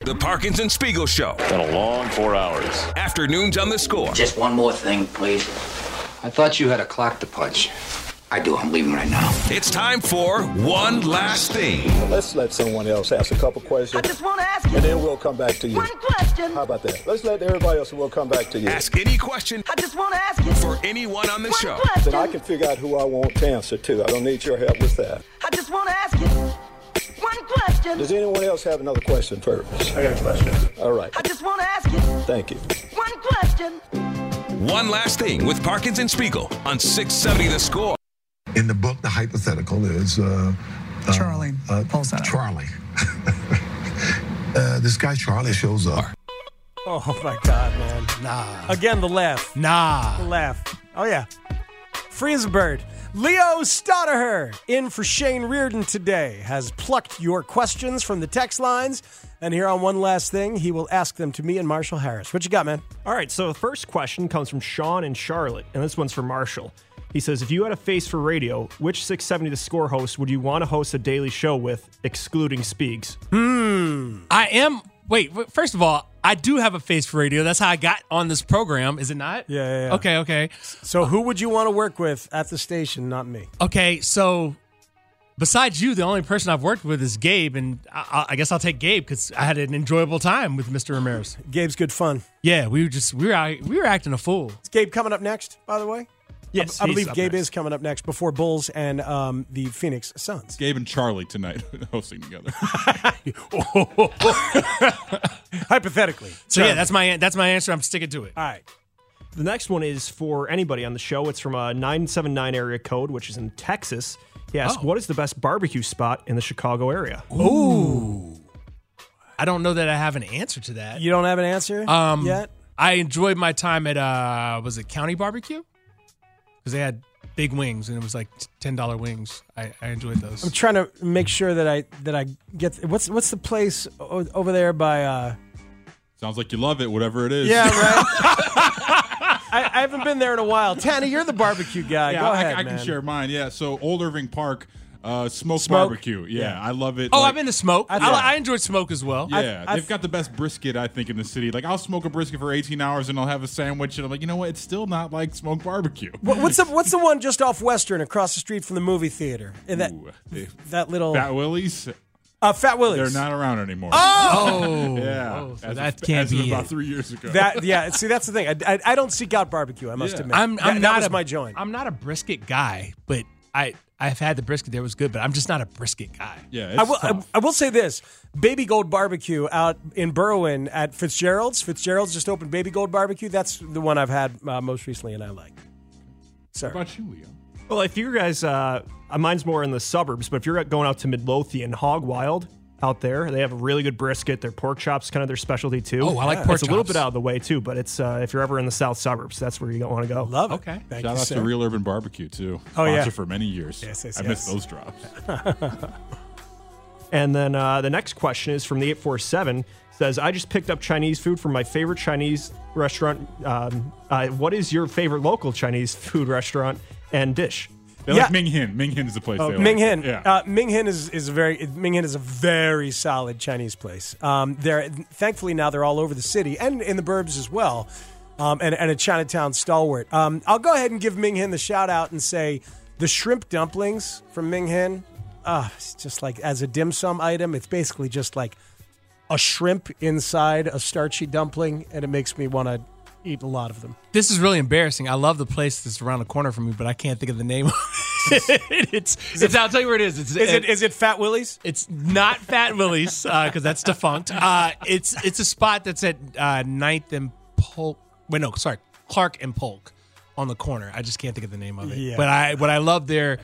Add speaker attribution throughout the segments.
Speaker 1: The Parkinson Spiegel Show.
Speaker 2: Been a long four hours.
Speaker 1: Afternoons on the score.
Speaker 3: Just one more thing, please.
Speaker 4: I thought you had a clock to punch.
Speaker 3: I do. I'm leaving right now.
Speaker 1: It's time for One Last Thing.
Speaker 5: Let's let someone else ask a couple questions.
Speaker 6: I just want to ask you.
Speaker 5: And then we'll come back to you.
Speaker 6: One question.
Speaker 5: How about that? Let's let everybody else and we'll come back to you.
Speaker 1: Ask any question
Speaker 6: I just want to ask you.
Speaker 1: for anyone on the
Speaker 6: one
Speaker 1: show.
Speaker 6: question.
Speaker 5: Then I can figure out who I want to answer to. I don't need your help with that.
Speaker 6: I just want to ask you. One question.
Speaker 5: Does anyone else have another question first? I got a question. All right.
Speaker 6: I just want to ask you.
Speaker 5: Thank you.
Speaker 6: One question.
Speaker 1: One Last Thing with Parkinson Spiegel on 670 The Score.
Speaker 7: In the book, the hypothetical is uh, uh,
Speaker 8: Charlie
Speaker 7: uh,
Speaker 8: pulls that up.
Speaker 7: Charlie. uh, this guy Charlie shows up.
Speaker 9: Oh my god, man. Nah. Again, the laugh. The
Speaker 8: Nah.
Speaker 9: laugh. Oh yeah. Free as a bird. Leo Stotterher, in for Shane Reardon today, has plucked your questions from the text lines. And here on One Last Thing, he will ask them to me and Marshall Harris. What you got, man?
Speaker 10: All right, so the first question comes from Sean and Charlotte, and this one's for Marshall. He says, If you had a face for radio, which 670 The Score host would you want to host a daily show with, excluding Speegs?
Speaker 8: Hmm. I am. Wait, wait, first of all, I do have a face for radio. That's how I got on this program, is it not?
Speaker 9: Yeah, yeah, yeah.
Speaker 8: Okay, okay.
Speaker 9: So, who would you want to work with at the station? Not me.
Speaker 8: Okay, so besides you, the only person I've worked with is Gabe, and I, I guess I'll take Gabe because I had an enjoyable time with Mr. Ramirez.
Speaker 9: Gabe's good fun.
Speaker 8: Yeah, we were just we were out, we were acting a fool.
Speaker 9: Is Gabe coming up next, by the way?
Speaker 10: Yes,
Speaker 9: I
Speaker 10: he's
Speaker 9: believe
Speaker 10: up
Speaker 9: Gabe
Speaker 10: next.
Speaker 9: is coming up next before Bulls and um, the Phoenix Suns.
Speaker 11: Gabe and Charlie tonight hosting together.
Speaker 9: Hypothetically.
Speaker 8: So yeah, that's my that's my answer. I'm sticking to it.
Speaker 9: All right.
Speaker 10: The next one is for anybody on the show. It's from uh, a 979 area code, which is in Texas. He asks,
Speaker 8: Oh.
Speaker 10: What is the best barbecue spot in the Chicago area?
Speaker 8: I don't know that I have an answer to that.
Speaker 9: You don't have an answer
Speaker 8: Um,
Speaker 9: yet?
Speaker 8: I enjoyed my time at uh, was it County Barbecue? Because they had big wings and it was like ten dollar wings. I, I enjoyed those.
Speaker 9: I'm trying to make sure that I that I get what's what's the place o- over there by uh
Speaker 11: Sounds like you love it, whatever it is.
Speaker 9: Yeah, right. I, I haven't been there in a while. Tana, you're the barbecue guy.
Speaker 11: Yeah,
Speaker 9: Go
Speaker 11: I,
Speaker 9: ahead,
Speaker 11: I, can
Speaker 9: man.
Speaker 11: share mine. Yeah, so Old Irving Park, uh, smoke,
Speaker 9: Smoke.
Speaker 11: barbecue. Yeah, I love it.
Speaker 8: oh,
Speaker 11: Like,
Speaker 8: I've been to Smoke. I,
Speaker 9: I thought-
Speaker 8: I enjoyed Smoke as well.
Speaker 11: Yeah,
Speaker 9: I've-
Speaker 11: they've got the best brisket I think in the city. Like I'll smoke a brisket for 18 hours and I'll have a sandwich and I'm like, you know what? It's still not like smoked barbecue.
Speaker 9: What- What's the what's the one just off Western across the street from the movie theater? And that
Speaker 11: Ooh, eh,
Speaker 9: that little
Speaker 11: Fat Willie's,
Speaker 9: uh, Fat
Speaker 11: they're
Speaker 9: Willie's.
Speaker 11: not around anymore.
Speaker 8: Oh,
Speaker 11: yeah,
Speaker 8: Oh, so
Speaker 11: as
Speaker 8: that
Speaker 11: of-
Speaker 8: can't
Speaker 11: as of
Speaker 8: be
Speaker 11: about
Speaker 8: it.
Speaker 11: three years ago.
Speaker 9: that yeah. See, that's the thing. I, I, I don't seek out barbecue. I must
Speaker 11: Yeah.
Speaker 9: admit,
Speaker 8: I'm, I'm
Speaker 9: That- that
Speaker 8: not
Speaker 9: was
Speaker 8: a,
Speaker 9: my joint.
Speaker 8: I'm not a brisket guy, but I I've had the brisket there was good, but I'm just not a brisket guy.
Speaker 11: yeah, it's
Speaker 9: I will, I,
Speaker 11: tough.
Speaker 9: I will say this Baby Gold Barbecue out in Berwyn at Fitzgerald's. Fitzgerald's just opened Baby Gold Barbecue. That's the one I've had uh, most recently and I like.
Speaker 11: What about you, Leo?
Speaker 10: Well, if you guys, uh, mine's more in the suburbs, but if you're going out to Midlothian, Hog Wild out there, they have a really good brisket. Their pork chops, kind of their specialty too.
Speaker 8: Oh, I like pork
Speaker 10: It's a little
Speaker 8: chops.
Speaker 10: bit out of the way too, but it's uh, if you're ever in the south suburbs, that's where you want to go.
Speaker 9: Love it.
Speaker 8: Okay.
Speaker 9: Thank
Speaker 11: Shout
Speaker 9: you,
Speaker 11: out
Speaker 9: sir.
Speaker 11: to Real Urban Barbecue too.
Speaker 9: Oh, yeah.
Speaker 11: Sponsor for many years.
Speaker 9: Yes, yes,
Speaker 11: I missed
Speaker 9: yes.
Speaker 11: those drops.
Speaker 10: And then uh, the next question is from the 847 says, I just picked up Chinese food from my favorite Chinese restaurant. Um, uh, what is your favorite local Chinese food restaurant and dish?
Speaker 11: They
Speaker 9: Yeah.
Speaker 11: like Ming Hin. Ming Hin's the place. they like.
Speaker 9: Ming Hin.
Speaker 11: Yeah.
Speaker 9: Uh, Ming Hin is, is a very Ming Hin is a very solid Chinese place. Um, they're thankfully now they're all over the city and in the burbs as well, um, and, and a Chinatown stalwart. Um, I'll go ahead and give Ming Hin the shout out and say the shrimp dumplings from Ming Hin. Uh, it's just like as a dim sum item, it's basically just like a shrimp inside a starchy dumpling, and it makes me want to eat a lot of them.
Speaker 8: This is really embarrassing. I love the place that's around the corner from me, but I can't think of the name. of it. It's, it's I'll tell you where it is. It's,
Speaker 9: Is it is it Fat Willie's?
Speaker 8: It's not Fat Willie's because that's defunct. Uh, it's it's a spot that's at uh, Ninth and Polk. Wait, no, sorry, Clark and Polk on the corner. I just can't think of the name of it.
Speaker 9: Yeah.
Speaker 8: But I what I love there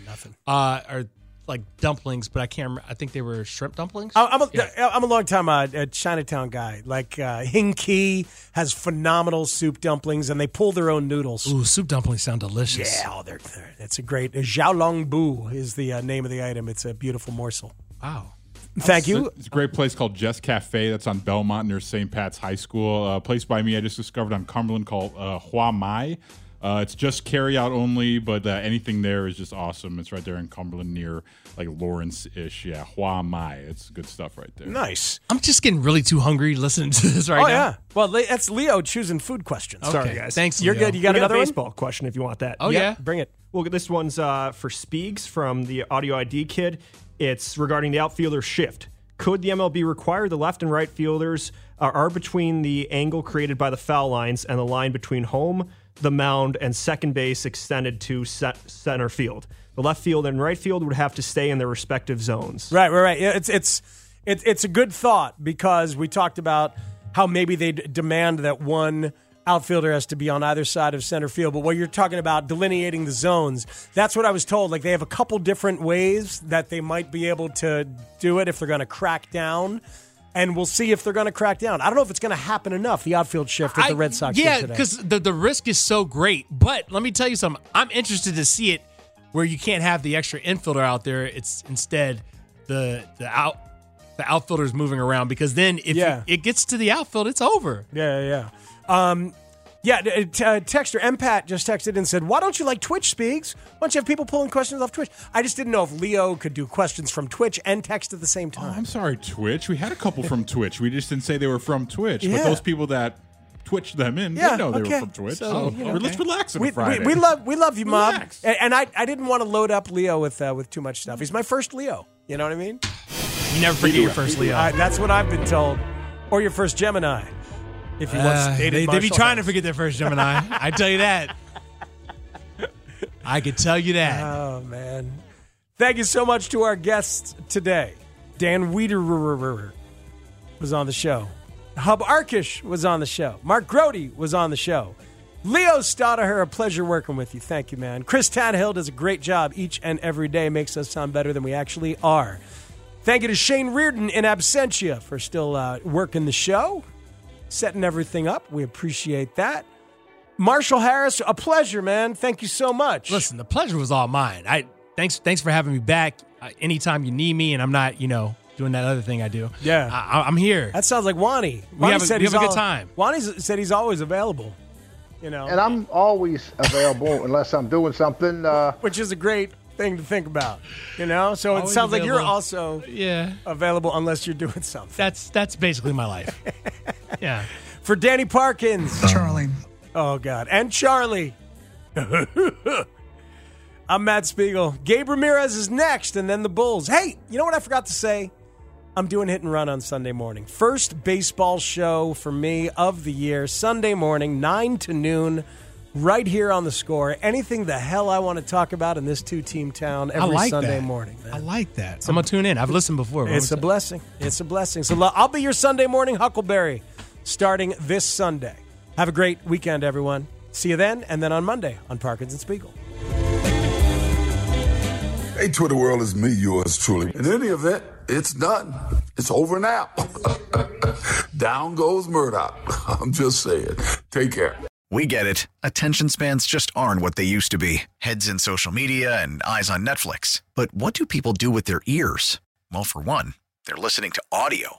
Speaker 8: uh, are like dumplings, but I can't. Remember. I think they were shrimp dumplings.
Speaker 9: I- I'm a,
Speaker 8: Yeah.
Speaker 9: am a long time uh, uh, Chinatown guy. Like uh, Hinkey has phenomenal soup dumplings, and they pull their own noodles.
Speaker 8: Ooh, soup dumplings sound delicious.
Speaker 9: Yeah, oh, they're, they're, that's a great. Uh, Xiaolong Bu is the uh, name of the item. It's a beautiful morsel.
Speaker 8: Wow.
Speaker 9: Thank you.
Speaker 11: It's a great place called Jess Cafe. That's on Belmont near St. Pat's High School. A place by me I just discovered on Cumberland called uh, Hua Mai. Uh, it's just carry out only, but uh, anything there is just awesome. It's right there in Cumberland near like Lawrence ish. Yeah, Hua Mai. It's good stuff right there.
Speaker 9: Nice.
Speaker 8: I'm just getting really too hungry listening to this right
Speaker 9: oh
Speaker 8: now.
Speaker 9: yeah. Well, Le- that's Leo choosing food questions.
Speaker 8: Okay.
Speaker 10: Sorry, guys.
Speaker 8: Thanks,
Speaker 9: You're
Speaker 8: Leo.
Speaker 9: good. You got
Speaker 10: We
Speaker 9: another
Speaker 10: a
Speaker 9: one?
Speaker 10: baseball question if you want that.
Speaker 8: Oh, yeah.
Speaker 9: Bring it.
Speaker 10: Well, this one's uh, for Speaks from the Audio ID Kid. It's regarding the outfielder shift. Could the MLB require the left and right fielders are, are between the angle created by the foul lines and the line between home, the mound, and second base extended to se- center field? The left field and right field would have to stay in their respective zones.
Speaker 9: Right, right, right. Yeah, It's it's it's it's a good thought because we talked about how maybe they d- demand that one outfielder has to be on either side of center field. But what you're talking about delineating the zones, that's what I was told. Like they have a couple different ways that they might be able to do it if they're going to crack down. And we'll see if they're going to crack down. I don't know if it's going to happen enough. The outfield shift that the
Speaker 8: I-
Speaker 9: Red Sox
Speaker 8: Yeah,
Speaker 9: did today.
Speaker 8: because the, the risk is so great. But let me tell you something. I'm interested to see it where you can't have the extra infielder out there. It's instead the the out the outfielders moving around because then if you-
Speaker 9: Yeah.
Speaker 8: it gets to the outfield, it's over.
Speaker 9: Yeah, yeah. yeah. Um, yeah, t- uh, Texter Empat just texted and said, "Why don't you like Twitch speaks? Why don't you have people pulling questions off Twitch?" I just didn't know if Leo could do questions from Twitch and text at the same
Speaker 11: Oh,
Speaker 9: time.
Speaker 11: I'm sorry, Twitch. We had a couple from Twitch. We just didn't say they were from Twitch,
Speaker 9: Yeah.
Speaker 11: but those people that Twitched them in,
Speaker 9: Yeah,
Speaker 11: we know they
Speaker 9: okay.
Speaker 11: were from Twitch.
Speaker 9: So,
Speaker 11: So,
Speaker 9: you know,
Speaker 11: let's relax on
Speaker 9: we,
Speaker 11: a Friday.
Speaker 9: we, we love we love you, Mob.
Speaker 11: Relax.
Speaker 9: And, and I, I didn't want to load up Leo with uh, with too much stuff. He's my first Leo. You know what I mean?
Speaker 8: You never forget your first Leo.
Speaker 9: I- that's what I've been told. Or your first Gemini, if you
Speaker 8: Uh,
Speaker 9: once
Speaker 8: they,
Speaker 9: dated.
Speaker 8: they be
Speaker 9: Marshall
Speaker 8: trying to
Speaker 9: Harris.
Speaker 8: forget their first Gemini. I tell you that. I could tell you that.
Speaker 9: Oh man! Thank you so much to our guests today. Dan Weederer was on the show. Hub Arkish was on the show. Mark Grody was on the show. Leo Stoddher, a pleasure working with you. Thank you, man. Chris Tannehill does a great job each and every day, makes us sound better than we actually are. Thank you to Shane Reardon in absentia for still uh, working the show, setting everything up. We appreciate that. Marshall Harris, a pleasure, man. Thank you so much.
Speaker 8: Listen, the pleasure was all mine. I thanks thanks for having me back. Uh, anytime you need me, and I'm not, you know, doing that other thing I do.
Speaker 9: Yeah.
Speaker 8: I, I- I'm here.
Speaker 9: That sounds like Wani. Wani
Speaker 8: have a- we
Speaker 9: he's
Speaker 8: have a good
Speaker 9: al-
Speaker 8: time.
Speaker 9: Wani s- said he's always available. You know,
Speaker 5: And I'm always available unless I'm doing something. Uh,
Speaker 9: which is a great thing to think about. You know, so it
Speaker 8: Always
Speaker 9: sounds like you're
Speaker 8: available.
Speaker 9: also
Speaker 8: yeah,
Speaker 9: available unless you're doing something.
Speaker 8: that's that's basically my life. yeah,
Speaker 9: For Danny Parkins,
Speaker 7: Charlie.
Speaker 9: oh god, and Charlie. I'm Matt Spiegel. Gabe Ramirez is next, and then the Bulls. Hey, you know what I forgot to say? I'm doing hit and run on Sunday morning. First baseball show for me of the year, Sunday morning, 9 to noon, right here on the score. Anything the hell I want to talk about in this two team town every
Speaker 8: I like
Speaker 9: Sunday
Speaker 8: that.
Speaker 9: morning. man.
Speaker 8: I like that. I'm gonna tune in. I've listened before. but
Speaker 9: It's a
Speaker 8: I'm-
Speaker 9: blessing. It's a blessing. So lo- I'll be your Sunday morning Huckleberry starting this Sunday. Have a great weekend, everyone. See you then, and then on Monday on Parkins and Spiegel.
Speaker 12: Hey, Twitter world, it's me, yours truly. In any event, it's done. It's over now. Down goes Murdoch. I'm just saying. Take care.
Speaker 13: We get it. Attention spans just aren't what they used to be heads in social media and eyes on Netflix. But what do people do with their ears? Well, for one, they're listening to audio.